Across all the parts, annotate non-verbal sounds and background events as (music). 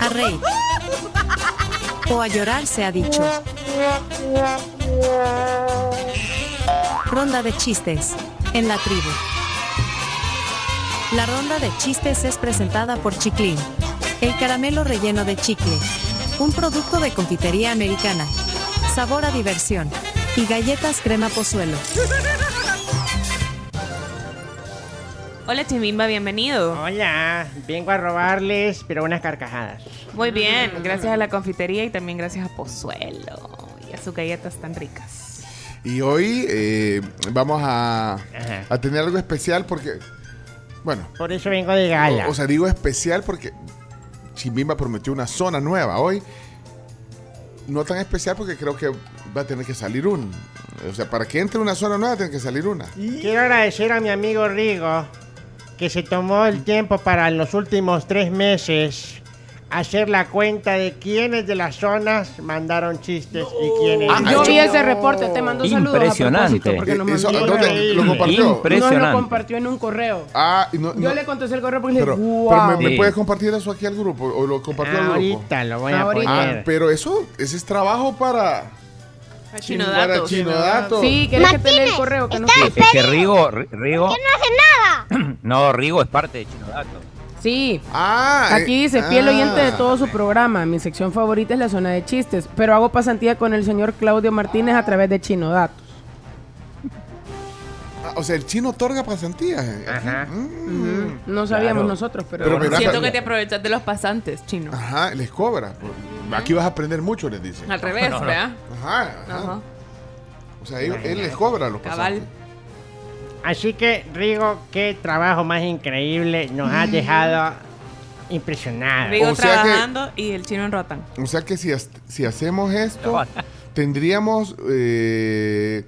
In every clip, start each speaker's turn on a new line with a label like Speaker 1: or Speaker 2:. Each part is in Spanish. Speaker 1: a reír o a llorar se ha dicho. Ronda de chistes en la tribu. La ronda de chistes es presentada por Chiclin, el caramelo relleno de chicle, un producto de confitería americana, sabor a diversión y galletas crema pozuelo.
Speaker 2: Hola Chimimba, bienvenido.
Speaker 3: Hola, vengo a robarles, pero unas carcajadas.
Speaker 2: Muy bien, gracias a la confitería y también gracias a Pozuelo y a sus galletas tan ricas.
Speaker 4: Y hoy eh, vamos a,
Speaker 3: Ajá.
Speaker 4: a tener algo especial porque, bueno,
Speaker 3: Por eso vengo de gala.
Speaker 4: o, o sea, digo especial porque Chimbimba prometió una zona nueva hoy. No tan especial porque creo que va a tener que salir un. O sea, para que entre una zona nueva tiene que salir una.
Speaker 3: Quiero agradecer a mi amigo Rigo, que se tomó el tiempo para en los últimos tres meses hacer la cuenta de quiénes de las zonas mandaron chistes y quiénes.
Speaker 4: Ah,
Speaker 5: Yo
Speaker 4: Ay,
Speaker 5: vi
Speaker 4: yo-
Speaker 5: ese reporte, te mando saludos. a
Speaker 6: Impresionante.
Speaker 5: propósito, porque nos
Speaker 4: Eh, eso, ¿a
Speaker 5: mandó-
Speaker 4: ¿Dónde lo compartió?
Speaker 6: Impre-
Speaker 5: Nos lo
Speaker 6: Impresionante.
Speaker 5: compartió en un correo.
Speaker 4: Ah, y no,
Speaker 5: Yo
Speaker 4: no-
Speaker 5: le contesté el correo porque
Speaker 4: pero,
Speaker 5: dije, wow.
Speaker 4: pero me, me
Speaker 6: Sí.
Speaker 4: puedes compartir eso aquí al grupo o lo compartió al grupo.
Speaker 3: Ah, Ahorita lo voy a
Speaker 5: Ahorita.
Speaker 4: Ah,
Speaker 3: poner.
Speaker 4: pero eso, ese es trabajo para para
Speaker 2: Chinodato.
Speaker 4: Chinodato.
Speaker 5: Sí, ¿querés que te lea el correo? Que no
Speaker 6: Sí, es que Rigo, Ri- Rigo. no hace nada. (clears throat) no, Rigo es parte de Chinodato.
Speaker 5: Sí.
Speaker 4: Ah,
Speaker 5: Aquí
Speaker 4: eh,
Speaker 5: dice, fiel
Speaker 4: ah.
Speaker 5: oyente de todo su programa. Mi sección favorita es la zona de chistes, pero hago pasantía con el señor Claudio Martínez a través de Chino Datos.
Speaker 4: Ah, O sea, el chino otorga pasantías. eh.
Speaker 3: Ajá.
Speaker 4: Mm.
Speaker 5: No sabíamos
Speaker 6: Claro.
Speaker 5: nosotros, pero,
Speaker 4: Pero Ah.
Speaker 5: bueno.
Speaker 4: mira,
Speaker 2: Siento que te aprovechas de los pasantes, chino.
Speaker 4: Ajá, les cobra. pues. Aquí vas a aprender mucho, les dice.
Speaker 2: Al revés, ¿verdad?
Speaker 4: Ajá, ajá.
Speaker 2: Ajá.
Speaker 4: O sea, ellos- él, les cobra a los
Speaker 2: Cabal.
Speaker 4: pasantes.
Speaker 3: Así que, Rigo, qué trabajo más increíble nos has dejado impresionados.
Speaker 2: Rigo
Speaker 4: O sea que-
Speaker 2: trabajando y el chino en Rotan.
Speaker 4: O sea que si, has- si hacemos esto, tendríamos, eh,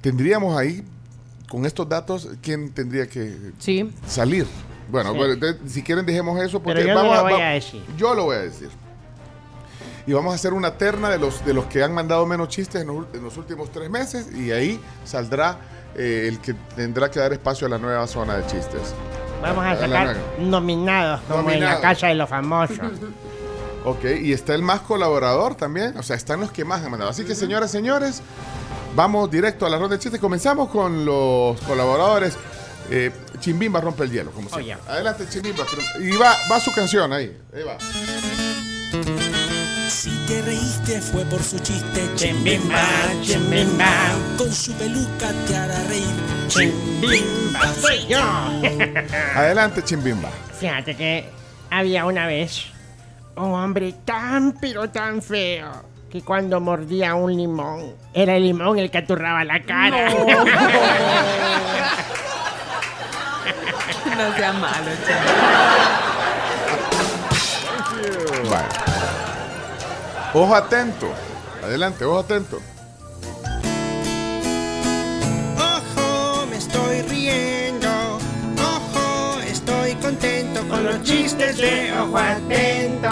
Speaker 4: tendríamos ahí, con estos datos, quién tendría que
Speaker 5: Sí.
Speaker 4: salir. Bueno,
Speaker 3: Sí.
Speaker 4: pero entonces, si quieren dejemos eso porque
Speaker 3: Pero yo no
Speaker 4: vamos
Speaker 3: lo
Speaker 4: a-
Speaker 3: voy
Speaker 4: va-
Speaker 3: a decir.
Speaker 4: Yo lo voy a decir. Y vamos a hacer una terna de los, de los que han mandado menos chistes en los, ul- en los últimos tres meses y ahí saldrá eh, el que tendrá que dar espacio a la nueva zona de chistes.
Speaker 3: Vamos a
Speaker 4: Adelante.
Speaker 3: sacar nominados, como en la
Speaker 4: Nominados.
Speaker 3: casa de los famosos.
Speaker 4: (laughs) Ok, y está el más colaborador también. O sea, están los que más han mandado. Así que, señoras, señores, vamos directo a la ronda de chistes. Comenzamos con los colaboradores. Eh, Chimbimba rompe el hielo, como siempre.
Speaker 3: Oye.
Speaker 4: Adelante, Chimbimba. Pero- eh, Y va, va su canción ahí. Ahí va.
Speaker 7: Si te reíste fue por su chiste,
Speaker 3: Chimbimba, chimbimba.
Speaker 7: Con su peluca te hará reír,
Speaker 3: Chimbimba, soy yo.
Speaker 4: Adelante, Chimbimba.
Speaker 3: (laughs) Fíjate que había una vez un hombre tan pero tan feo que cuando mordía un limón era el limón el que aturraba la
Speaker 8: Ah,
Speaker 3: cara.
Speaker 8: (laughs)
Speaker 2: No sea malo, chino.
Speaker 4: Vale. Ojo atento. Adelante, ojo atento.
Speaker 8: Ojo, me estoy riendo. Ojo, estoy contento con los chistes de ojo atento.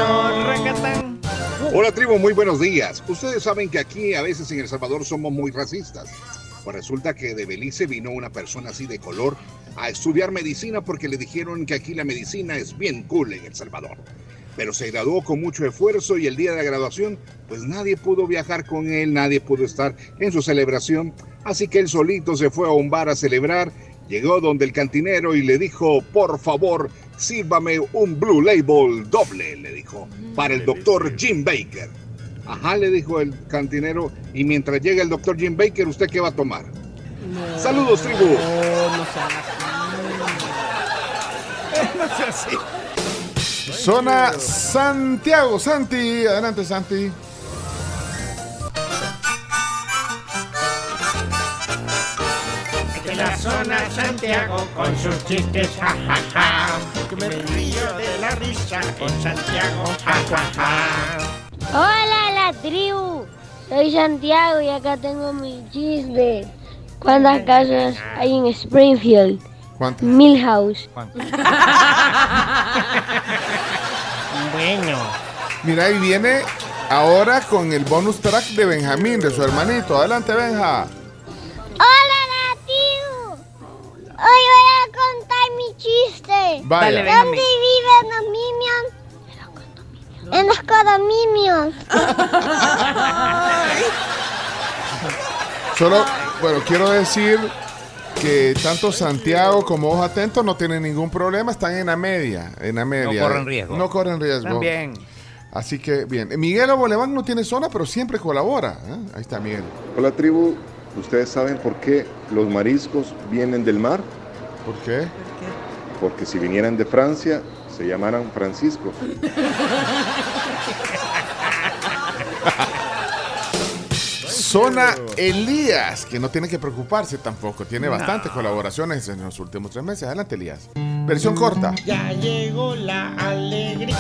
Speaker 9: Hola tribu, muy buenos días. Ustedes saben que aquí a veces en El Salvador somos muy racistas. Pues resulta que de Belice vino una persona así de color a estudiar medicina porque le dijeron que aquí la medicina es bien cool en El Salvador. Pero se graduó con mucho esfuerzo y el día de la graduación pues nadie pudo viajar con él, nadie pudo estar en su celebración. Así que él solito se fue a un bar a celebrar, llegó donde el cantinero y le dijo, por favor, sírvame un Blue Label doble, le dijo, para el doctor Jim Baker. Ajá, le dijo el cantinero, y mientras llega el doctor Jim Baker, ¿usted qué va a tomar? Saludos, tribu.
Speaker 8: (laughs)
Speaker 4: Zona Santiago. Santi. Adelante, Santi.
Speaker 3: De la zona Santiago con sus chistes, jajaja. Que me río de la risa con Santiago, jajaja.
Speaker 10: Hola la tribu, soy Santiago y acá tengo mi chiste. ¿Cuántas casas hay en Springfield?
Speaker 4: ¿Cuántas?
Speaker 10: Milhouse.
Speaker 3: Bueno,
Speaker 4: Mira, ahí viene ahora con el bonus track de Benjamín, de su hermanito. Adelante, Benja.
Speaker 10: Hola la tribu, hoy voy a contar mi chiste.
Speaker 4: Vaya.
Speaker 2: Dale, Benja.
Speaker 10: ¿Dónde viven los Minions? los condominios.
Speaker 4: Solo, bueno, quiero decir que tanto Santiago como Ojo Atento no tienen ningún problema, están en la media, en la media.
Speaker 6: corren riesgo.
Speaker 4: No corren riesgo.
Speaker 6: También.
Speaker 4: Así que bien. Miguel Oboleván no tiene zona, pero siempre colabora. ¿eh? Ahí está Miguel.
Speaker 11: Hola tribu, ¿ustedes saben por qué los mariscos vienen del mar?
Speaker 4: ¿Por qué?
Speaker 11: Porque si vinieran de Francia, se llamaran Francisco.
Speaker 4: Zona Elías, que no tiene que preocuparse tampoco. Tiene
Speaker 3: No.
Speaker 4: bastantes colaboraciones en los últimos tres meses. Adelante, Elías. Versión corta.
Speaker 3: Ya llegó la alegría.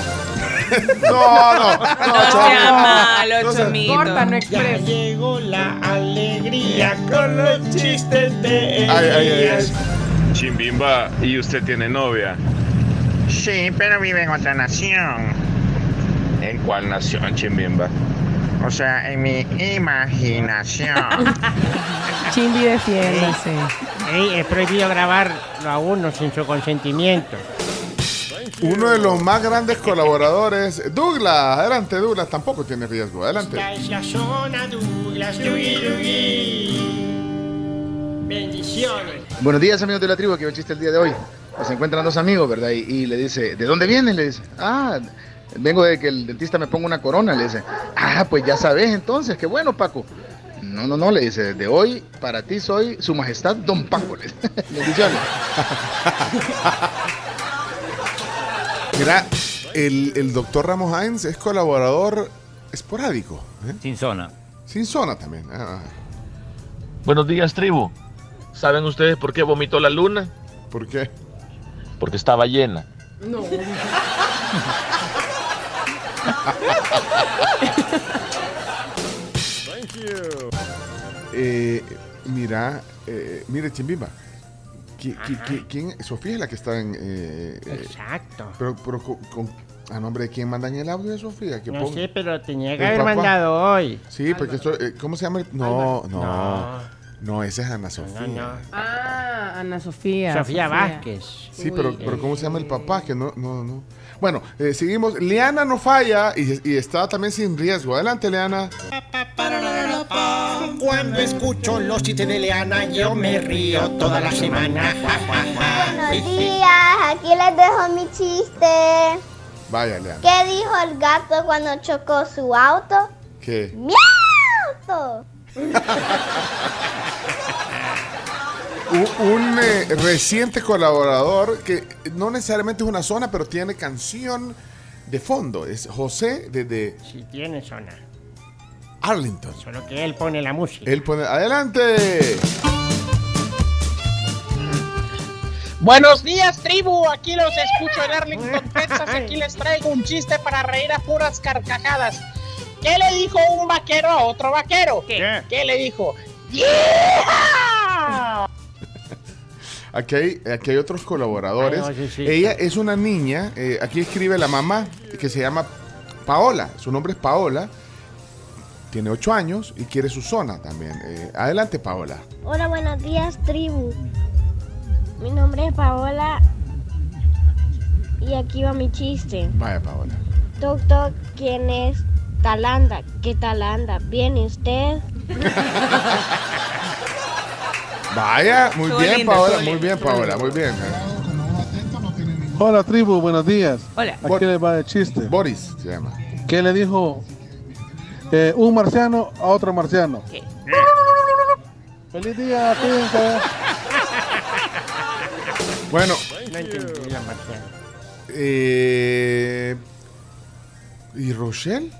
Speaker 4: No, no, no,
Speaker 8: sea malo,
Speaker 3: chomito.
Speaker 8: Corta, no
Speaker 3: Ya
Speaker 8: express.
Speaker 3: llegó la alegría con los chistes de
Speaker 12: Ay, ay, ay, ay.
Speaker 3: Elías.
Speaker 12: Chimbimba, ¿y usted tiene novia?
Speaker 13: Sí, pero vive en otra nación.
Speaker 12: ¿En cuál nación, Chimbimba?
Speaker 13: O sea, en mi imaginación.
Speaker 5: Chimbi defiéndase.
Speaker 3: Ey, es prohibido grabarlo a uno sin su consentimiento.
Speaker 4: Uno de los más grandes colaboradores, Douglas. Adelante, Douglas. Tampoco tiene riesgo. Adelante.
Speaker 3: Esta es la zona Douglas, Dugui, Dugui. Bendiciones.
Speaker 14: Buenos días, amigos de la tribu, que el chiste el día de hoy. Se encuentran dos amigos, ¿verdad? Y, y le dice, ¿de dónde vienes? Le dice, ah, vengo de que el dentista me ponga una corona. Le dice, ah, pues ya sabes entonces, qué bueno, Paco. No, no, no, le dice, de hoy para ti soy su majestad Don Paco. (laughs) Le dice, bendiciones.
Speaker 4: Mira, el, el doctor Ramos Hines es colaborador esporádico. ¿eh?
Speaker 6: Sin zona.
Speaker 4: Sin zona también. Ah, ah.
Speaker 15: Buenos días, tribu. ¿Saben ustedes por qué vomitó la
Speaker 4: (laughs)
Speaker 15: luna?
Speaker 4: ¿Por qué?
Speaker 15: Porque estaba llena.
Speaker 5: No.
Speaker 4: Eh, mira, eh, mire, Chimbimba. ¿Qui- qui- qui- ¿Quién? Sofía es la que está en. eh, eh,
Speaker 3: Exacto.
Speaker 4: Pero, pero con, con- a nombre de quién mandan el audio de Sofía. Que
Speaker 3: No
Speaker 4: pon-
Speaker 3: sé, pero tenía que
Speaker 4: el
Speaker 3: haber
Speaker 4: papá.
Speaker 3: mandado hoy.
Speaker 4: Sí, porque esto. eh, ¿Cómo se llama? el- No, no. No, esa es Ana Sofía.
Speaker 5: Ah, Ana Sofía.
Speaker 4: Sofía Vázquez. Sí, pero,
Speaker 5: Uy.
Speaker 4: pero ¿cómo se llama el papá? Que no, no, no. Bueno, eh, seguimos. Leana no falla y, y está también sin riesgo. Adelante, Leana.
Speaker 3: Cuando escucho los chistes de Leana, yo me río toda la semana.
Speaker 16: Buenos días, aquí les dejo mi chiste.
Speaker 4: Vaya, Leana.
Speaker 16: ¿Qué dijo el gato cuando chocó su auto?
Speaker 4: ¿Qué?
Speaker 16: ¡Miauto!
Speaker 4: U- Un, eh, reciente colaborador que no necesariamente es una zona, pero tiene canción de fondo. Es José desde
Speaker 3: Si tiene zona.
Speaker 4: Arlington.
Speaker 3: Solo que él pone la música.
Speaker 4: Él pone. ¡Adelante!
Speaker 17: Buenos días, tribu. Aquí los escucho en
Speaker 3: (laughs)
Speaker 17: Arlington, Texas. Aquí les traigo un chiste para reír a puras carcajadas. ¿Qué le dijo un vaquero a otro vaquero? ¿Qué? ¿Qué le dijo? ¡Yeeha!
Speaker 4: Aquí hay, aquí hay otros colaboradores.
Speaker 3: Ah, no, sí, sí.
Speaker 4: Ella es una niña, eh, aquí escribe la mamá, que se llama Paola. Su nombre es Paola. Tiene ocho años y quiere su zona también. Eh, adelante, Paola.
Speaker 16: Hola, buenos días, tribu. Mi nombre es Paola y aquí va mi chiste.
Speaker 4: Vaya, Paola.
Speaker 16: Toc, toc, ¿quién es? Talanda. ¿Qué Talanda? ¿Viene usted?
Speaker 4: Vaya, muy
Speaker 16: Estuvo
Speaker 4: bien,
Speaker 16: lindo,
Speaker 4: Paola.
Speaker 16: estuvo
Speaker 4: Muy
Speaker 16: lindo,
Speaker 4: bien,
Speaker 16: estuvo
Speaker 4: Paola.
Speaker 16: lindo.
Speaker 4: Muy bien.
Speaker 18: Hola tribu, buenos días.
Speaker 4: Hola.
Speaker 18: Aquí les va el chiste.
Speaker 4: Boris se llama.
Speaker 18: ¿Qué le dijo eh, un marciano a otro marciano? Feliz día, cuídense.
Speaker 4: Bueno,
Speaker 3: No entendí la marciana.
Speaker 4: eh, ¿y Rochelle?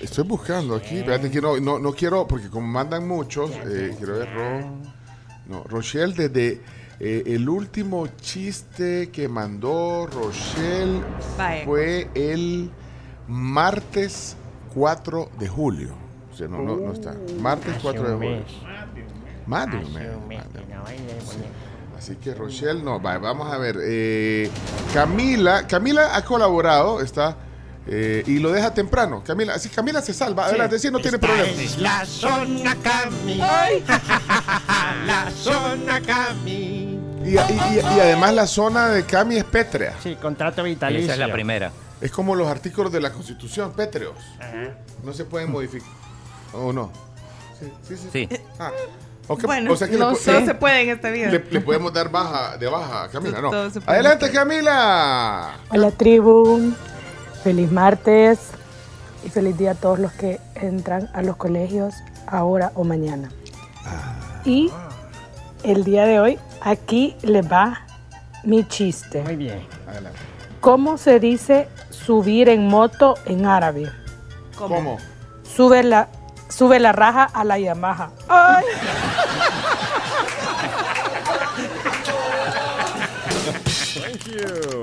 Speaker 4: Estoy buscando aquí. Espérate que no, no, no quiero, porque como mandan muchos, eh, quiero ver Ro- No, Rochelle desde eh, el último chiste que mandó Rochelle
Speaker 2: Vaya.
Speaker 4: fue el martes 4 de julio. O sea, no, no, no está.
Speaker 8: Uh.
Speaker 4: Martes
Speaker 3: Hace
Speaker 4: 4 de
Speaker 3: un
Speaker 4: julio.
Speaker 3: mes. Ah,
Speaker 4: Más de un mes. Así que Rochelle, no, va- vamos a ver. eh, Camila, Camila ha colaborado, está eh, y lo deja temprano. Camila, así Camila se salva, adelante, sí, no tiene problema.
Speaker 3: La zona Cami. (laughs) la zona Cami.
Speaker 4: Y, y- y- y además la zona de Cami es pétrea.
Speaker 3: Sí, contrato vitalicio.
Speaker 6: Esa es la primera.
Speaker 4: Es como los artículos de la Constitución, pétreos. No se pueden modificar. ¿O no? Sí, sí, sí.
Speaker 6: Sí.
Speaker 4: Ah, ok,
Speaker 19: Bueno,
Speaker 4: o sea que le
Speaker 19: no
Speaker 4: po-
Speaker 19: sé. Todo se puede en esta vida.
Speaker 4: Le, le podemos dar baja, de baja a Camila, ¿no?
Speaker 19: Todo se puede.
Speaker 4: Adelante, Camila.
Speaker 2: Hola tribu, feliz martes y feliz día a todos los que entran a los colegios ahora o mañana.
Speaker 4: Ah.
Speaker 2: Y el día de hoy aquí les va mi chiste. Muy bien.
Speaker 4: Adelante.
Speaker 2: ¿Cómo se dice subir en moto en árabe?
Speaker 4: ¿Cómo?
Speaker 2: Sube la, sube la raja a la Yamaha. ¡Ay!
Speaker 4: (laughs) Thank you.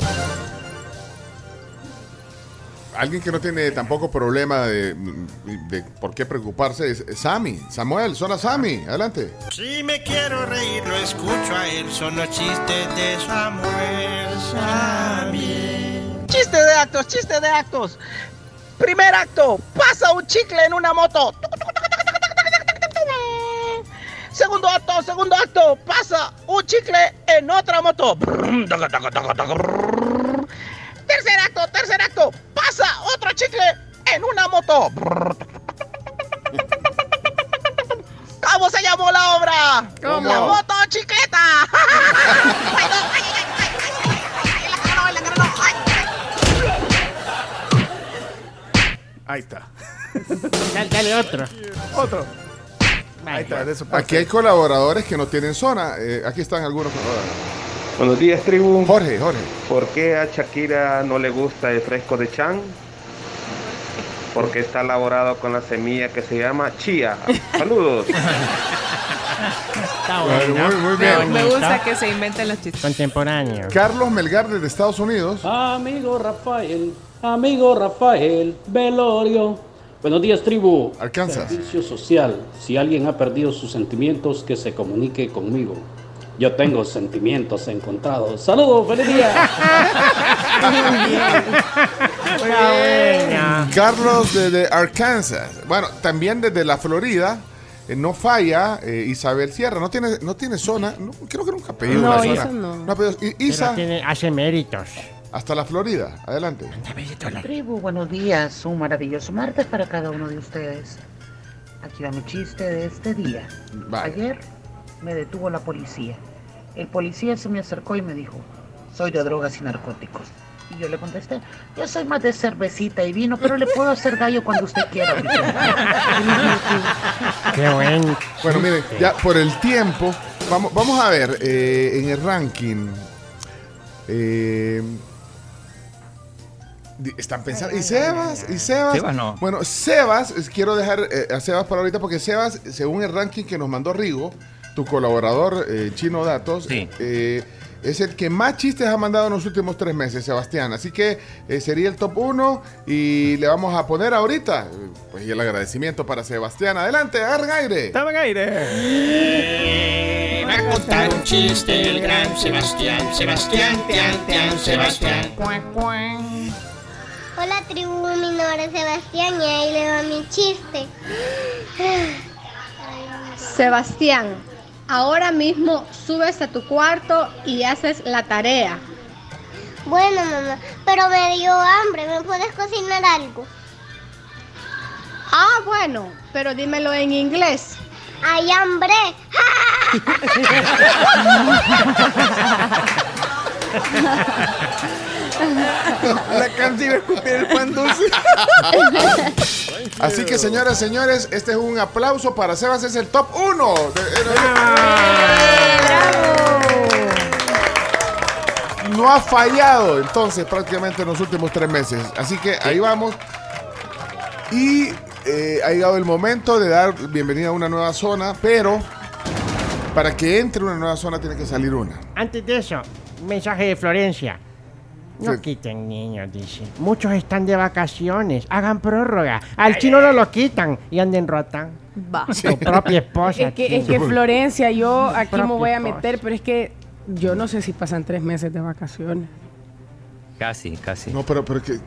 Speaker 4: Alguien que no tiene tampoco problema de, de por qué preocuparse es Sammy. Samuel, sola Sammy. Adelante.
Speaker 20: Si me quiero reír, lo escucho a él. Son los chistes de Samuel Sammy.
Speaker 3: Chiste de actos, chiste de actos. Primer acto, pasa un chicle en una moto. Segundo acto, segundo acto, pasa un chicle en otra moto. Tercer acto, tercer acto, pasa otro chicle en una moto. ¿Cómo se llamó la obra?
Speaker 4: ¿Cómo?
Speaker 3: La moto
Speaker 2: (laughs)
Speaker 3: chiqueta.
Speaker 4: Ahí está.
Speaker 14: Dale, dale otro.
Speaker 4: Otro.
Speaker 14: Ahí está, de eso
Speaker 4: Aquí hay colaboradores que no tienen zona. Eh, aquí están algunos colaboradores.
Speaker 8: Buenos días, tribu.
Speaker 4: Jorge, Jorge.
Speaker 8: ¿Por qué a Shakira no le gusta el fresco de Chan? Porque está elaborado con la semilla que se llama chía. Saludos.
Speaker 14: Está
Speaker 4: Muy,
Speaker 14: bueno.
Speaker 4: muy, muy
Speaker 19: Me,
Speaker 4: bien.
Speaker 19: me gusta que se inventen los chistes.
Speaker 14: Contemporáneo.
Speaker 4: Carlos Melgar desde Estados Unidos.
Speaker 9: Amigo Rafael, amigo Rafael Velorio. Buenos días, tribu.
Speaker 4: Alcanzas.
Speaker 9: Servicio social. Si alguien ha perdido sus sentimientos, que se comunique conmigo. Yo tengo sentimientos encontrados. Saludos, feliz día.
Speaker 4: (laughs) Carlos desde Arkansas. Bueno, también desde la Florida. eh, no falla eh, Isabel Sierra. No tiene, no tiene zona. No, creo que nunca ha pedido
Speaker 14: No,
Speaker 4: una
Speaker 14: Isa
Speaker 4: zona.
Speaker 14: no.
Speaker 4: ha pedido- I- Isa,
Speaker 14: Pero tiene- hace méritos.
Speaker 4: hasta la Florida. Adelante.
Speaker 21: Tribu, buenos días. Un maravilloso martes para cada uno de ustedes. Aquí va mi chiste de este día.
Speaker 4: Vaya.
Speaker 21: Ayer me detuvo la policía. El policía se me acercó y me dijo, soy de drogas y narcóticos. Y yo le contesté, yo soy más de cervecita y vino, pero le puedo hacer gallo cuando usted quiera.
Speaker 14: (laughs) Qué buen.
Speaker 4: Bueno, miren, ya por el tiempo, vamos, vamos a ver eh, en el ranking. eh, di- están pensando. ¿Y Sebas? ¿Y Sebas?
Speaker 6: Sebas no.
Speaker 4: Bueno, Sebas, es- quiero dejar eh, a Sebas para ahorita porque Sebas, según el ranking que nos mandó Rigo, tu colaborador eh, chino datos, eh, es el que más chistes ha mandado en los últimos tres meses, Sebastián. Así que eh, sería el top uno y le vamos a poner ahorita. eh, Pues y el agradecimiento para Sebastián. Adelante, agarren aire. Toma aire.
Speaker 20: Va a contar un chiste el gran Sebastián. Sebastián, Tian, Tian, Sebastián.
Speaker 22: Hola tribu, mi nombre es Sebastián y ahí le va mi chiste.
Speaker 23: Sebastián, ahora mismo subes a tu cuarto y haces la tarea.
Speaker 22: Bueno mamá, pero me dio hambre, ¿me puedes cocinar algo?
Speaker 23: Ah, bueno, pero dímelo en inglés.
Speaker 22: Hay hambre.
Speaker 4: La canción escupir el pan dulce. Así que, señoras, señores, este es un aplauso para Sebas. Es el top 1. No ha fallado, entonces, prácticamente en los últimos tres meses. Así que ahí vamos. Y eh, ha llegado el momento de dar bienvenida a una nueva zona, pero para que entre una nueva zona tiene que salir una.
Speaker 14: Antes de eso, mensaje de Florencia. No
Speaker 4: Sí.
Speaker 14: quiten niños, dice. Muchos están de vacaciones. Hagan prórroga. Al chino no lo quitan y anden rotan.
Speaker 5: Va.
Speaker 14: Su
Speaker 5: (laughs)
Speaker 14: propia esposa.
Speaker 5: Es que, es que
Speaker 14: chino.
Speaker 5: Florencia, yo aquí me
Speaker 14: propio
Speaker 5: voy a meter, pero es que yo no sé si pasan tres meses de vacaciones.
Speaker 4: Casi, casi. No, pero, pero que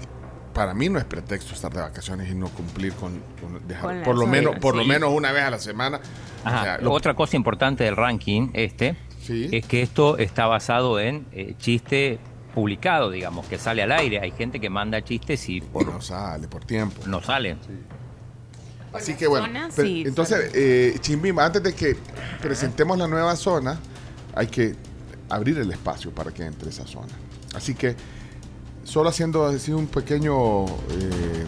Speaker 4: para mí no es pretexto estar de vacaciones y no cumplir con, con dejar
Speaker 6: Con las
Speaker 4: por lo
Speaker 6: horas.
Speaker 4: menos por lo
Speaker 6: Sí.
Speaker 4: menos una vez a la semana.
Speaker 6: Ajá.
Speaker 4: O sea, lo-
Speaker 6: Otra cosa importante del ranking este es que esto está basado en eh, chiste publicado, digamos, que sale al aire. Hay gente que manda chistes y no
Speaker 4: sale por tiempo.
Speaker 6: No sale.
Speaker 4: Así que bueno.
Speaker 2: zona,
Speaker 4: pero-
Speaker 2: sí,
Speaker 4: entonces, eh, Chimbimba, antes de que presentemos la nueva zona, hay que abrir el espacio para que entre esa zona. Así que, solo haciendo así un pequeño eh,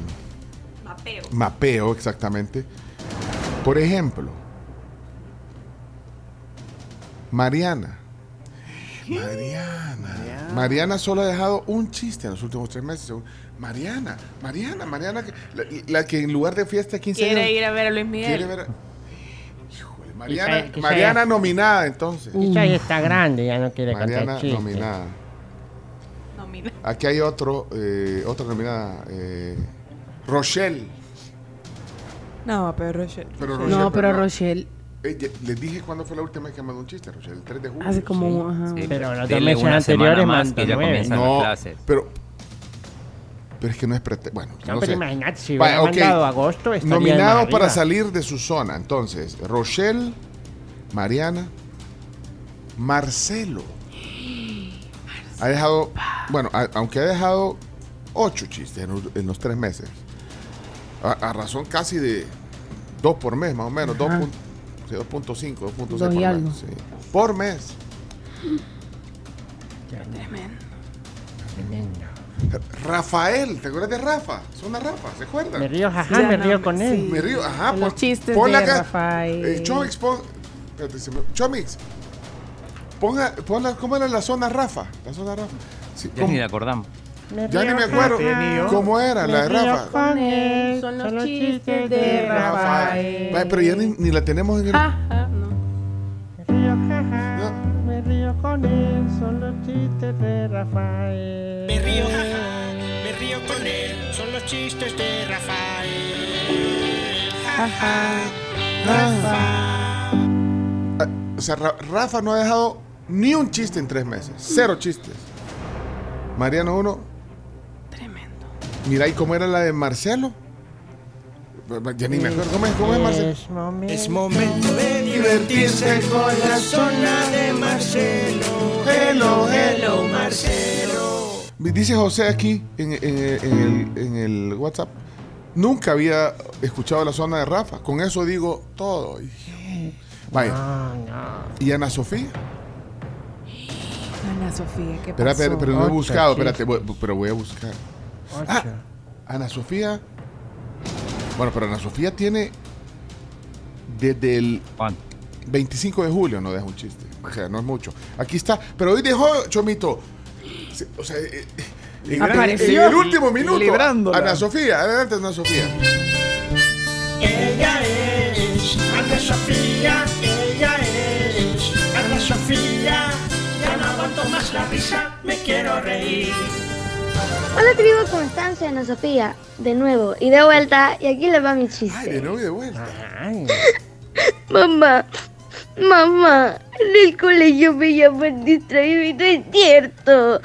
Speaker 2: Mapeo.
Speaker 4: mapeo exactamente. Por ejemplo, Mariana. Mariana. Ah. Mariana solo ha dejado un chiste en los últimos tres meses. según- Mariana, Mariana, Mariana, que- la, la que en lugar de fiesta de 15 años.
Speaker 2: Quiere ir a ver a Luis Miguel.
Speaker 4: Quiere ver a- Híjole, Mariana,
Speaker 3: Quizá- quizá
Speaker 4: Mariana
Speaker 3: ya-
Speaker 4: nominada entonces.
Speaker 3: Quizá ya está grande, ya no quiere
Speaker 4: Mariana
Speaker 3: contar chistes.
Speaker 4: nominada. Aquí hay otro, eh, otra nominada. eh, Rochelle.
Speaker 1: No, pero Rochelle.
Speaker 4: Pero Rochelle,
Speaker 5: No, pero
Speaker 4: no.
Speaker 5: Rochelle,
Speaker 4: Eh, ya- les dije cuándo fue la última vez que mandó un chiste, Rochelle, el 3 de julio.
Speaker 5: Hace como un- ajá. Sí,
Speaker 3: pero los dos
Speaker 4: dele
Speaker 3: meses
Speaker 4: una semana
Speaker 3: anteriores
Speaker 4: más
Speaker 3: mandó
Speaker 4: que ya
Speaker 3: nueve.
Speaker 4: comienzan
Speaker 3: No,
Speaker 4: las clases. Pero, pero es que no es prete- Bueno,
Speaker 3: No,
Speaker 4: no
Speaker 3: pero
Speaker 4: sé.
Speaker 3: imagínate, si
Speaker 4: Va,
Speaker 3: hubiera
Speaker 4: ok.
Speaker 3: mandado agosto, estaría
Speaker 4: Nominados
Speaker 3: más
Speaker 4: para
Speaker 3: arriba.
Speaker 4: salir de su zona. Entonces, Rochelle, Mariana, Marcelo. Ha dejado, bueno, a- aunque ha dejado ocho chistes en, los- en los tres meses. A, a razón casi de dos por mes, más o menos. dos pun- sí, 2.5, 2.6
Speaker 5: Dos
Speaker 4: por
Speaker 5: y
Speaker 4: mes.
Speaker 5: algo.
Speaker 4: sí. Por mes. Rafael, ¿te acuerdas de Rafa? Zona Rafa, ¿se acuerdan?
Speaker 3: Me río, ajá, me río con él.
Speaker 4: Me río, ajá.
Speaker 5: Los
Speaker 4: pon-
Speaker 5: chistes
Speaker 4: pon la
Speaker 5: de
Speaker 4: ca-
Speaker 5: Rafael.
Speaker 4: Eh, Chomix, pon. espérate, se me- Chomix, ponga, ponla, ¿cómo era la zona Rafa? La zona Rafa. Sí,
Speaker 6: Ya
Speaker 4: ¿cómo?
Speaker 6: ni le acordamos.
Speaker 4: ya ni me acuerdo. ¿Cómo era la de Rafa?
Speaker 5: son los chistes de Rafael.
Speaker 4: Ay, pero ya ni, ni la tenemos en el.
Speaker 5: Ah,
Speaker 3: Me río con él, son los chistes de Rafael. Me río,
Speaker 8: Me río con él, son los chistes de Rafael.
Speaker 4: Ah, O sea, Ra- Rafa no ha dejado ni un chiste en tres meses. Cero chistes. Mariano uno. Tremendo. Mira, ¿y cómo era la de Marcelo? Ya ni me acuerdo. ¿Cómo es, cómo es Marcelo?
Speaker 3: Es momento.
Speaker 8: Es momento de divertirse con la zona de Marcelo. Hello, hello, Marcelo.
Speaker 4: Dice José aquí en, en- en el, en el WhatsApp. Nunca había escuchado la zona de Rafa. Con eso digo todo. Vaya. ¿Y Ana Sofía?
Speaker 2: Ana Sofía, ¿qué
Speaker 4: Espera,
Speaker 2: pasó?
Speaker 4: espera, pero no he
Speaker 2: Ocho
Speaker 4: buscado.
Speaker 2: chistes.
Speaker 4: Espérate, voy- pero voy a buscar. Ah, Ana Sofía. Bueno, pero Ana Sofía tiene desde el 25 de julio, no deja un chiste. O sea, no es mucho. Aquí está, pero hoy dejó Chomito. Se- O sea, eh, en, en-
Speaker 8: Apareció.
Speaker 4: en el último minuto.
Speaker 8: Librándola.
Speaker 4: Ana Sofía, adelante Ana Sofía.
Speaker 8: Ella es Ana Sofía, ella es Ana Sofía. Ya no aguanto más la risa, me quiero reír.
Speaker 24: Hola tribu, ¿cómo están? Soy Ana Sofía, de nuevo y de vuelta, y aquí les va mi chiste.
Speaker 4: nuevo y de vuelta.
Speaker 24: Mamá, mamá, en el colegio me llaman distraído y no es cierto.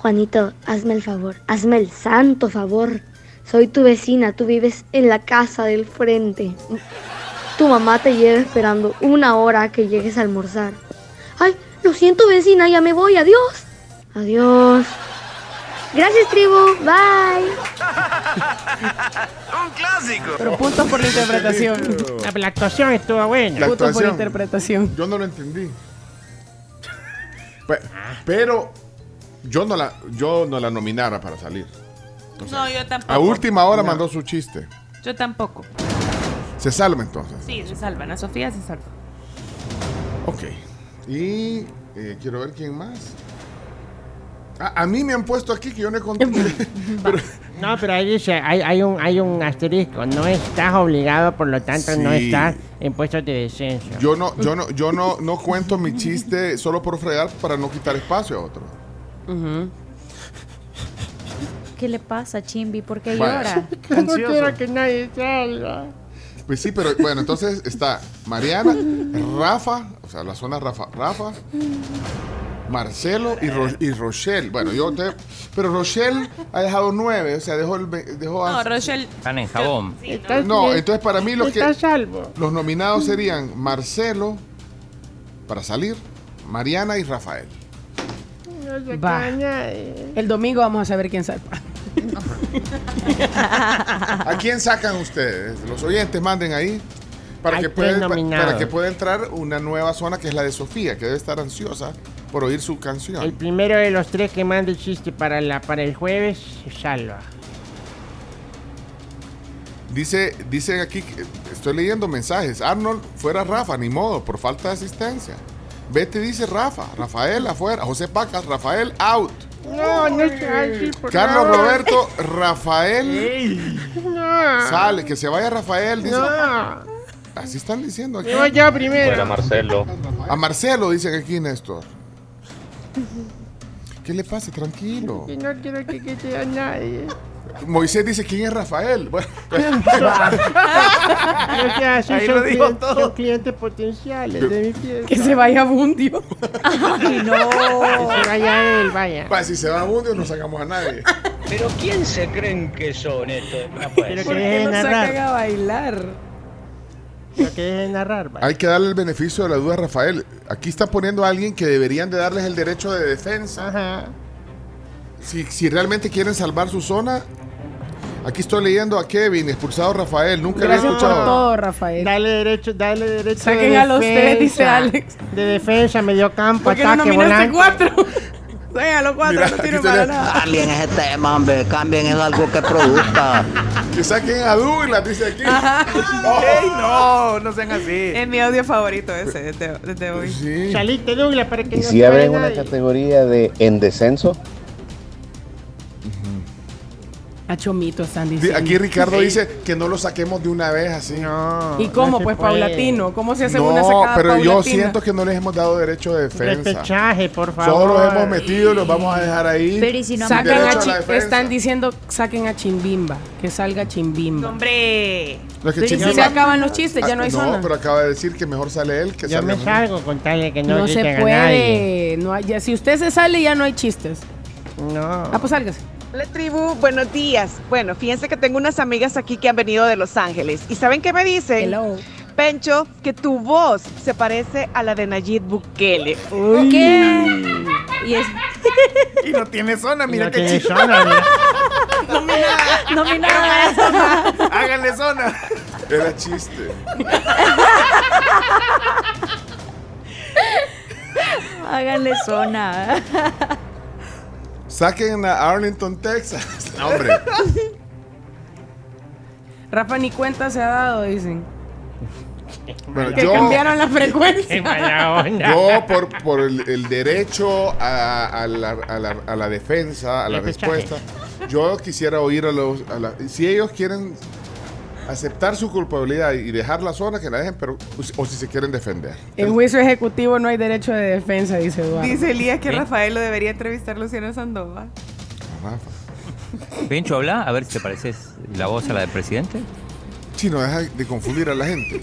Speaker 24: Juanito, hazme el favor, hazme el santo favor. Soy tu vecina, tú vives en la casa del frente. Tu mamá te lleva esperando una hora que llegues a almorzar. Ay, lo siento vecina, ya me voy, adiós. Adiós. Gracias tribu, bye.
Speaker 8: Un clásico.
Speaker 5: Pero puntos por la interpretación.
Speaker 4: (laughs) Ah,
Speaker 3: La actuación estuvo buena.
Speaker 4: La
Speaker 5: Puntos por
Speaker 4: actuación.
Speaker 5: interpretación.
Speaker 4: Yo no lo entendí. Pe- Pero yo no la, yo no la nominara para salir.
Speaker 2: No, yo tampoco.
Speaker 4: A última hora mandó su chiste.
Speaker 2: Yo tampoco.
Speaker 4: Se salva entonces.
Speaker 2: Sí, se salva. Ana Sofía se salva.
Speaker 4: Ok. Y eh, quiero ver quién más. A, a mí me han puesto aquí que yo no he contado.
Speaker 3: No, pero ahí dice, hay, hay, un, hay un asterisco. No estás obligado, por lo tanto, no
Speaker 4: Sí.
Speaker 3: estás en puestos de descenso.
Speaker 4: yo no, yo no, yo no, no cuento mi chiste solo por fregar para no quitar espacio a otro.
Speaker 1: ¿Qué le pasa, Chimbi? ¿Por qué
Speaker 4: Vaya. (laughs)
Speaker 1: llora?
Speaker 3: No quiero que nadie salga.
Speaker 4: Pues sí, pero bueno, entonces está Mariana, Rafa, o sea, la zona Rafa, Rafa, Marcelo y, Ro- y Rochelle. Bueno, yo te. Pero Rochelle ha dejado nueve, o sea, dejó el. ve- Dejó
Speaker 2: No,
Speaker 4: a-
Speaker 2: Rochelle.
Speaker 6: Están en jabón.
Speaker 4: No, entonces para mí los que.
Speaker 3: Está salvo.
Speaker 4: Los nominados serían Marcelo para salir, Mariana y Rafael.
Speaker 5: Va. El domingo vamos a saber quién sabe.
Speaker 4: (laughs) ¿A quién sacan ustedes? Los oyentes manden ahí. Para
Speaker 3: Hay
Speaker 4: que,
Speaker 3: tres
Speaker 4: pueda, pa-
Speaker 3: nominados.
Speaker 4: para que pueda entrar una nueva zona que es la de Sofía, que debe estar ansiosa por oír su canción.
Speaker 3: El primero de los tres que mande el chiste para, la, para el jueves se salva.
Speaker 4: Dice, dicen aquí, que- estoy leyendo mensajes. Arnold, fuera Rafa, ni modo, por falta de asistencia. Vete, dice Rafa. Rafael, afuera. José Pacas, Rafael, out.
Speaker 8: No, no es así, por
Speaker 4: Carlos
Speaker 8: favor.
Speaker 4: Roberto, Rafael.
Speaker 8: (laughs) No.
Speaker 4: Sale, que se vaya Rafael, dice.
Speaker 8: No.
Speaker 4: Así están diciendo aquí.
Speaker 8: Me voy yo primero. Fuera
Speaker 4: Marcelo. A Marcelo dicen aquí, Néstor. ¿Qué le pasa? Tranquilo.
Speaker 8: Que no quiero que quede a
Speaker 3: (laughs)
Speaker 8: nadie.
Speaker 4: Moisés dice, ¿quién es Rafael? Bueno,
Speaker 3: Lo que así
Speaker 4: Ahí
Speaker 3: son,
Speaker 4: lo dijo
Speaker 3: clien-
Speaker 4: todo.
Speaker 3: son clientes potenciales de mi
Speaker 5: (laughs)
Speaker 3: fiesta.
Speaker 5: Que se vaya Bundio.
Speaker 3: Ay, no. Que se vaya él, vaya.
Speaker 4: pa, Pues, si se va a Mundio no sacamos a nadie.
Speaker 9: Pero ¿quién se creen que son estos?
Speaker 2: Ah,
Speaker 9: No
Speaker 2: pues.
Speaker 3: Pero
Speaker 9: puede
Speaker 3: que dejen
Speaker 9: ser.
Speaker 3: de narrar.
Speaker 5: a bailar.
Speaker 3: Lo que dejen narrar, vaya.
Speaker 4: Hay que darle el beneficio de la duda a Rafael. Aquí está poniendo a alguien que deberían de darles el derecho de defensa. Si, si realmente quieren salvar su zona, aquí estoy leyendo a Kevin, expulsado Rafael. Nunca le he
Speaker 5: Gracias por
Speaker 4: escuchado.
Speaker 5: todo, Rafael.
Speaker 3: Dale derecho, dale derecho.
Speaker 5: Saquen
Speaker 3: de
Speaker 5: a los tres, dice
Speaker 3: defensa.
Speaker 5: Alex.
Speaker 3: De defensa, medio campo,
Speaker 5: ¿Por qué no
Speaker 3: ataque,
Speaker 5: nominaste
Speaker 3: volante.
Speaker 5: cuatro? Venga, los cuatro,
Speaker 3: Mira,
Speaker 5: no
Speaker 3: aquí
Speaker 5: tienen
Speaker 3: tenés-
Speaker 5: para nada.
Speaker 10: Cambien ese tema, hombre. Cambien es algo que produzca.
Speaker 4: (laughs) Que saquen a Douglas, dice aquí. Oh.
Speaker 2: Ey, no, no sean así.
Speaker 10: Es
Speaker 2: mi audio favorito ese desde, desde
Speaker 4: Pues
Speaker 2: hoy.
Speaker 3: Saliste, Douglas, para que
Speaker 11: ¿Y
Speaker 3: no
Speaker 11: si
Speaker 3: se vaya
Speaker 11: abren una
Speaker 3: nadie.
Speaker 11: categoría de en descenso?
Speaker 5: A Chomito están
Speaker 4: Di-
Speaker 5: diciendo.
Speaker 4: Aquí Ricardo
Speaker 5: Sí.
Speaker 4: dice que no lo saquemos de una vez así.
Speaker 5: ¿Y cómo? pues paulatino. ¿Cómo se hace
Speaker 4: no,
Speaker 5: una sacada
Speaker 4: pero yo
Speaker 5: paulatina?
Speaker 4: siento que no les hemos dado derecho de defensa.
Speaker 3: Repechaje, por
Speaker 4: Solo
Speaker 3: favor.
Speaker 4: los hemos metido y los vamos a dejar ahí.
Speaker 5: sacan a
Speaker 4: Derecho
Speaker 5: Chi-
Speaker 4: la defensa.
Speaker 5: están diciendo saquen a Chimbimba, que salga Chimbimba.
Speaker 2: Hombre.
Speaker 4: Lo que
Speaker 5: Pero si
Speaker 4: Chimbimba-
Speaker 5: se acaban los chistes, ya no hay zona.
Speaker 4: No, pero acaba de decir que mejor sale él que
Speaker 3: Yo
Speaker 4: salga
Speaker 3: me
Speaker 4: uno.
Speaker 3: salgo con tal de que no,
Speaker 5: No, se
Speaker 3: griten a
Speaker 5: puede.
Speaker 3: nadie.
Speaker 5: No hay- ya, si usted se sale, ya no hay chistes.
Speaker 3: No.
Speaker 5: Ah, pues sálgase.
Speaker 12: Hola tribu, buenos días. Bueno, fíjense que tengo unas amigas aquí que han venido de Los Ángeles y ¿saben qué me dicen? Pencho, que tu voz se parece a la de Nayib Bukele.
Speaker 2: ¿Qué?
Speaker 12: Y es...
Speaker 2: (laughs) Y no tiene zona,
Speaker 3: mira qué tiene chido.
Speaker 5: (laughs)
Speaker 3: zona, mira.
Speaker 2: Nominada.
Speaker 12: Nominada.
Speaker 2: Háganle zona.
Speaker 4: Era chiste.
Speaker 1: Háganle
Speaker 4: (laughs)
Speaker 1: zona.
Speaker 4: Saquen a Arlington, Texas. No, hombre.
Speaker 5: (laughs) Rafa ni cuenta se ha dado, dicen.
Speaker 4: Bueno,
Speaker 5: que
Speaker 4: yo-
Speaker 5: cambiaron la
Speaker 3: (laughs)
Speaker 5: frecuencia.
Speaker 4: Yo, por, por el, el derecho a, a la, a la- a la defensa, a la
Speaker 8: Repechaje.
Speaker 4: respuesta, yo quisiera oír a los. a la- si ellos quieren aceptar su culpabilidad y dejar la zona, que la dejen, pero. O, si se quieren defender.
Speaker 5: en juicio ejecutivo no hay derecho de defensa, dice Eduardo.
Speaker 2: Dice Elías que
Speaker 5: ¿Sí?
Speaker 2: Rafael lo debería entrevistar Luciano Sandoval.
Speaker 6: Pincho, habla, a ver si te pareces la voz a la del presidente.
Speaker 4: Chino, deja de confundir a la
Speaker 5: (laughs)
Speaker 4: gente.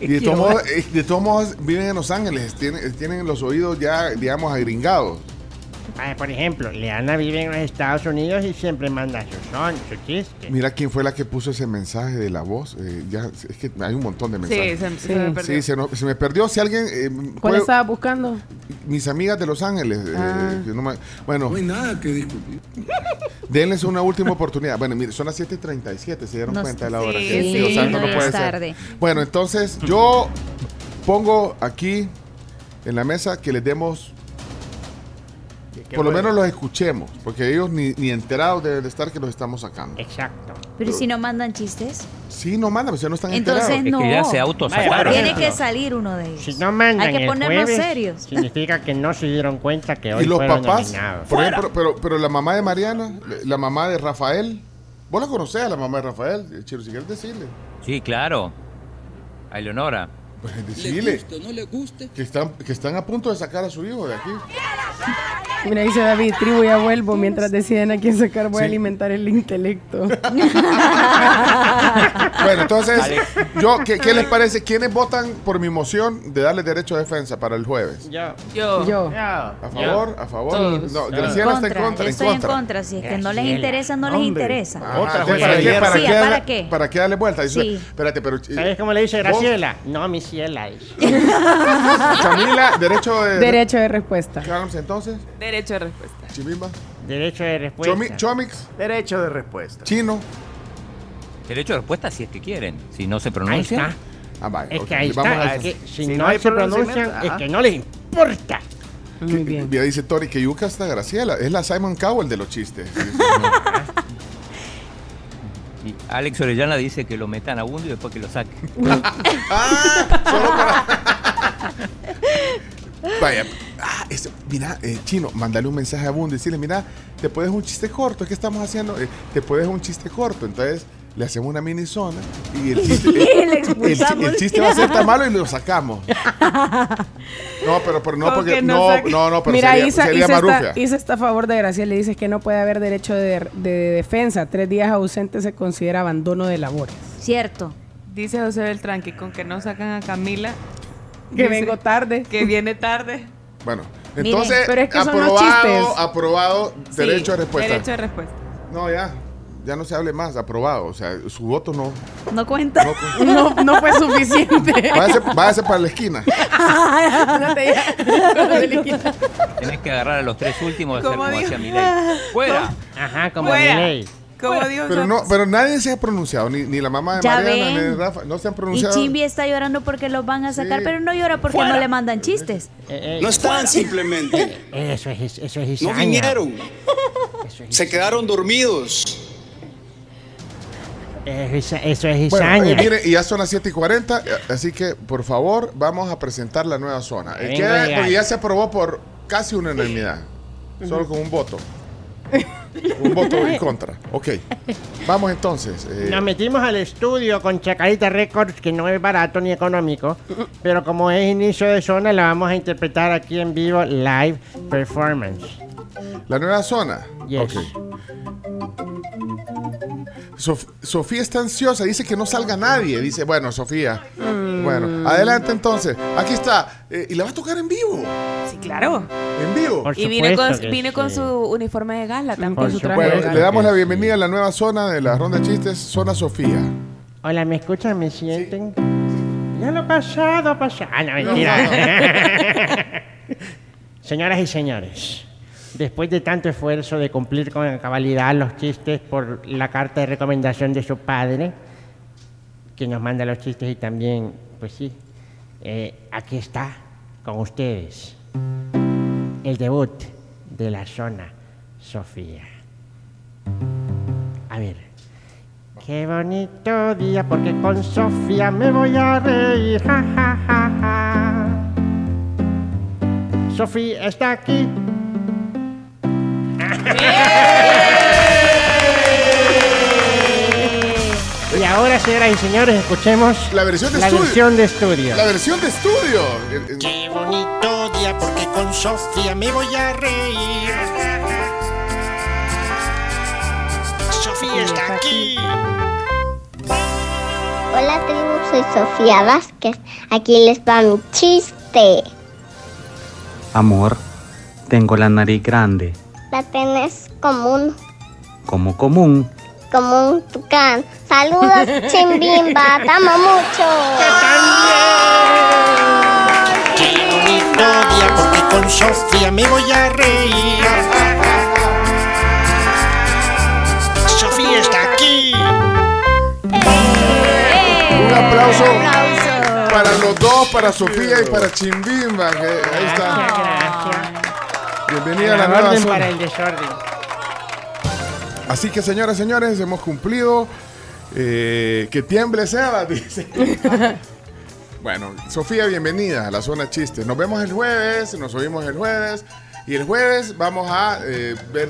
Speaker 4: Y de
Speaker 6: quiero
Speaker 4: todos, modos,
Speaker 6: ver.
Speaker 4: eh, de todos modos, viven en Los Ángeles, tienen, tienen los oídos ya, digamos, agringados.
Speaker 3: Ah, por ejemplo, Leana vive en los Estados Unidos y siempre manda su son, su chiste.
Speaker 4: Mira quién fue la que puso ese mensaje de la voz. eh, ya, es que hay un montón de mensajes.
Speaker 5: se- se me perdió.
Speaker 4: Sí, se, no- se me perdió. Si alguien. eh,
Speaker 5: ¿Cuál
Speaker 4: puede-
Speaker 3: Pues-
Speaker 5: estaba buscando?
Speaker 4: Mis amigas de Los Ángeles. eh,
Speaker 5: Ah.
Speaker 4: que no me- bueno. No hay nada que discutir. (laughs) Denles una última oportunidad. Bueno, mire, son las 7:37. Se dieron
Speaker 8: No
Speaker 4: cuenta
Speaker 8: sé.
Speaker 4: de la hora.
Speaker 8: Sí,
Speaker 4: que-
Speaker 8: sí,
Speaker 4: Dios
Speaker 8: sí,
Speaker 4: santo,
Speaker 8: no
Speaker 4: no
Speaker 8: es
Speaker 4: puede ser.
Speaker 8: tarde.
Speaker 4: Bueno, entonces yo pongo aquí en la mesa que les demos. Por lo
Speaker 1: bueno.
Speaker 4: menos los escuchemos, porque ellos ni, ni enterados deben de estar que los estamos sacando.
Speaker 3: Exacto.
Speaker 1: Pero ¿y si no mandan chistes,
Speaker 4: Sí, no manda, pues ya no están
Speaker 1: entonces no.
Speaker 4: enterados.
Speaker 1: Tiene que
Speaker 4: salir.
Speaker 1: salir uno de ellos.
Speaker 3: Si no mandan
Speaker 1: Hay que
Speaker 3: el
Speaker 1: ponernos
Speaker 3: jueves,
Speaker 1: serios.
Speaker 3: Significa que no se dieron cuenta que hoy
Speaker 4: Y los
Speaker 3: fueron
Speaker 4: papás,
Speaker 3: nominados.
Speaker 4: por ejemplo, pero, pero la mamá de Mariana, la mamá de Rafael, vos la conocés a la mamá de Rafael, eh, Chiro, si quieres decirle,
Speaker 6: Sí, claro. A Eleonora.
Speaker 4: Pues, decirle que, están, que están a punto de sacar a su hijo de aquí.
Speaker 5: Mira, dice David, tribu, ya vuelvo. Mientras deciden a quién sacar, voy a alimentar el intelecto.
Speaker 4: Bueno, entonces, yo, ¿qué, qué les parece? ¿Quiénes votan por mi moción de darle derecho a defensa para el jueves?
Speaker 3: Yo.
Speaker 2: Yo.
Speaker 5: Yo.
Speaker 3: Ah,
Speaker 4: ¿A favor? ¿A favor? No,
Speaker 5: (laughs)
Speaker 4: Graciela está en contra.
Speaker 1: Yo estoy en contra. Si es que no les
Speaker 4: Graciela.
Speaker 1: interesa, no les
Speaker 4: Hombre.
Speaker 1: interesa.
Speaker 3: Ah,
Speaker 4: Ajá, entonces, ¿para, qué, para,
Speaker 1: Sí,
Speaker 4: qué,
Speaker 1: ¿para
Speaker 4: darle-
Speaker 1: qué?
Speaker 4: para qué darle vuelta? Dice,
Speaker 1: Sí.
Speaker 4: Espérate, pero.
Speaker 3: ¿Sabes cómo le dice Graciela? No, mi ciela.
Speaker 4: (laughs) Camila, derecho de.
Speaker 5: Derecho de respuesta.
Speaker 4: Carlos, entonces.
Speaker 2: Derecho de respuesta.
Speaker 4: Chimimba.
Speaker 3: Derecho de
Speaker 4: Chomi- Chomix.
Speaker 13: Derecho de respuesta.
Speaker 4: Chino.
Speaker 6: Derecho de respuesta si es que quieren. Si no se pronuncian.
Speaker 3: Ahí
Speaker 4: Ah, vaya.
Speaker 3: Es
Speaker 4: ok,
Speaker 3: que ahí
Speaker 4: vamos
Speaker 3: está.
Speaker 4: a
Speaker 3: es
Speaker 4: eso.
Speaker 3: que si, no, ah. se pronuncian, es
Speaker 4: ajá.
Speaker 3: que no les importa.
Speaker 4: Que- Mira, dice Tori que yuca hasta Graciela. Es la Simon Cowell de los chistes.
Speaker 6: Y Alex Orellana dice que lo metan a Bundy y después que lo
Speaker 3: (laughs)
Speaker 6: saque.
Speaker 4: Vaya. Ah, este, mira, eh, Chino, mándale un mensaje a Bundy. Decirle, mira, te puedes un chiste corto. ¿Qué estamos haciendo? Eh, te puedes un chiste corto. Entonces le hacemos una mini zona y el chiste,
Speaker 8: Y le
Speaker 4: el chi-
Speaker 8: expulsamos.
Speaker 4: el chiste va a ser tan malo y lo sacamos. No, pero, pero no,
Speaker 5: Como
Speaker 4: porque
Speaker 5: que
Speaker 4: no,
Speaker 5: saque-
Speaker 4: no, no, pero
Speaker 5: Mira,
Speaker 4: sería,
Speaker 5: Isa,
Speaker 4: sería
Speaker 5: Isa
Speaker 4: marufia.
Speaker 5: está, Isa está a favor de Graciela. Le dices que no puede haber derecho de, de defensa. Tres días ausente se considera abandono de labores.
Speaker 2: Cierto. Dice José Beltrán que con que no sacan a Camila.
Speaker 5: Que vengo tarde.
Speaker 2: Que viene tarde.
Speaker 4: Bueno,
Speaker 2: Miren,
Speaker 4: entonces,
Speaker 2: pero es que son los chistes.
Speaker 4: aprobado, aprobado,
Speaker 2: Sí,
Speaker 4: derecho a respuesta.
Speaker 2: Derecho de respuesta.
Speaker 4: No, ya. Ya no se hable más, aprobado. O sea, su voto no.
Speaker 1: No cuenta.
Speaker 4: No
Speaker 5: No, no fue
Speaker 4: (laughs)
Speaker 5: suficiente.
Speaker 1: (laughs)
Speaker 4: Váyase, váyase para la esquina.
Speaker 6: Tenés que agarrar a los tres últimos y hacer
Speaker 4: ¿Cómo
Speaker 6: como
Speaker 4: dijo?
Speaker 6: hacía Milei. ¡Fuera!
Speaker 3: Ajá,
Speaker 4: como
Speaker 6: Fuera.
Speaker 4: Milei.
Speaker 2: Como Dios pues.
Speaker 4: Pero, no, pero nadie se ha pronunciado, ni, ni la mamá de
Speaker 1: Ya
Speaker 4: Mariana,
Speaker 1: ven.
Speaker 4: ni Rafa. No se han
Speaker 1: Y
Speaker 4: pronunciado.
Speaker 1: Chimbi está llorando porque los van a sacar, pero no llora porque
Speaker 4: Fuera.
Speaker 1: no le mandan chistes.
Speaker 3: Eh,
Speaker 13: No están simplemente.
Speaker 3: (laughs) Eso es, eso es
Speaker 13: No
Speaker 3: cizaña.
Speaker 13: vinieron. Se quedaron dormidos.
Speaker 3: Eh, Eso, eso es
Speaker 4: Bueno,
Speaker 3: cizaña.
Speaker 4: eh, mire, y ya son las 7 y 40, así que por favor vamos a presentar la nueva zona. Eh,
Speaker 3: Venga,
Speaker 4: queda-
Speaker 3: ya.
Speaker 4: porque ya se aprobó por casi unanimidad, solo con
Speaker 1: (laughs)
Speaker 4: un voto. Un voto en contra. Ok, vamos entonces. eh,
Speaker 3: Nos metimos al estudio con Chacarita Records, que no es barato ni económico, pero como es inicio de zona, la vamos a interpretar aquí en vivo, live performance.
Speaker 4: La nueva zona.
Speaker 3: Yes.
Speaker 4: Sof- Sofía está ansiosa, dice que no salga nadie. Dice, bueno, Sofía. Bueno, adelante entonces. Aquí está. eh, y la va a tocar en vivo.
Speaker 2: Sí, claro.
Speaker 4: En vivo.
Speaker 2: y vine con, vine con su uniforme de gala también.
Speaker 3: Por su traje de
Speaker 4: Bueno,
Speaker 3: gala.
Speaker 4: le damos la bienvenida a la nueva zona de la ronda de chistes, zona Sofía.
Speaker 3: Hola, ¿me escuchan? ¿Me sienten? Ya lo pasado, pasado. Ah, no,
Speaker 8: No,
Speaker 3: mentira. (laughs) Señoras y señores, después de tanto esfuerzo de cumplir con cabalidad los chistes por la carta de recomendación de su padre, que nos manda los chistes y también, pues sí, eh, aquí está con ustedes el debut de la zona Sofía. A ver. Qué bonito día porque con Sofía me voy a reír. Ja, ja, ja, ja. Sofía está aquí. Y ahora, señoras y señores, escuchemos la
Speaker 4: Eh. versión
Speaker 8: de
Speaker 7: estudio.
Speaker 3: versión de estudio.
Speaker 4: La versión de estudio. Eh, eh,
Speaker 7: Qué bonito día porque con Sofía me voy a reír. Sofía está aquí.
Speaker 14: Hola tribu, soy Sofía Vázquez. Aquí les va un chiste.
Speaker 15: Amor, tengo la nariz grande,
Speaker 14: La tenés como un,
Speaker 15: como común.
Speaker 14: como un tucán. Saludos, Chimbimba, te amo mucho.
Speaker 7: Qué bonito día porque con Sofía me voy a reír. Sofía está aquí.
Speaker 4: Un aplauso para los dos, para Sofía y para Chimbimba. que ahí está. Bienvenida a la
Speaker 3: El
Speaker 4: nueva
Speaker 3: orden
Speaker 4: zona.
Speaker 3: para el desorden.
Speaker 4: Así que, señoras y señores, hemos cumplido. Eh, que tiemble Sebas, (laughs) dice. bueno, Sofía, bienvenida a la zona chiste. Nos vemos el jueves, nos oímos el jueves. Y el jueves vamos a eh, ver,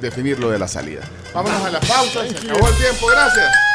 Speaker 4: definir lo de la salida. Vámonos a la pausa, se acabó el tiempo, gracias.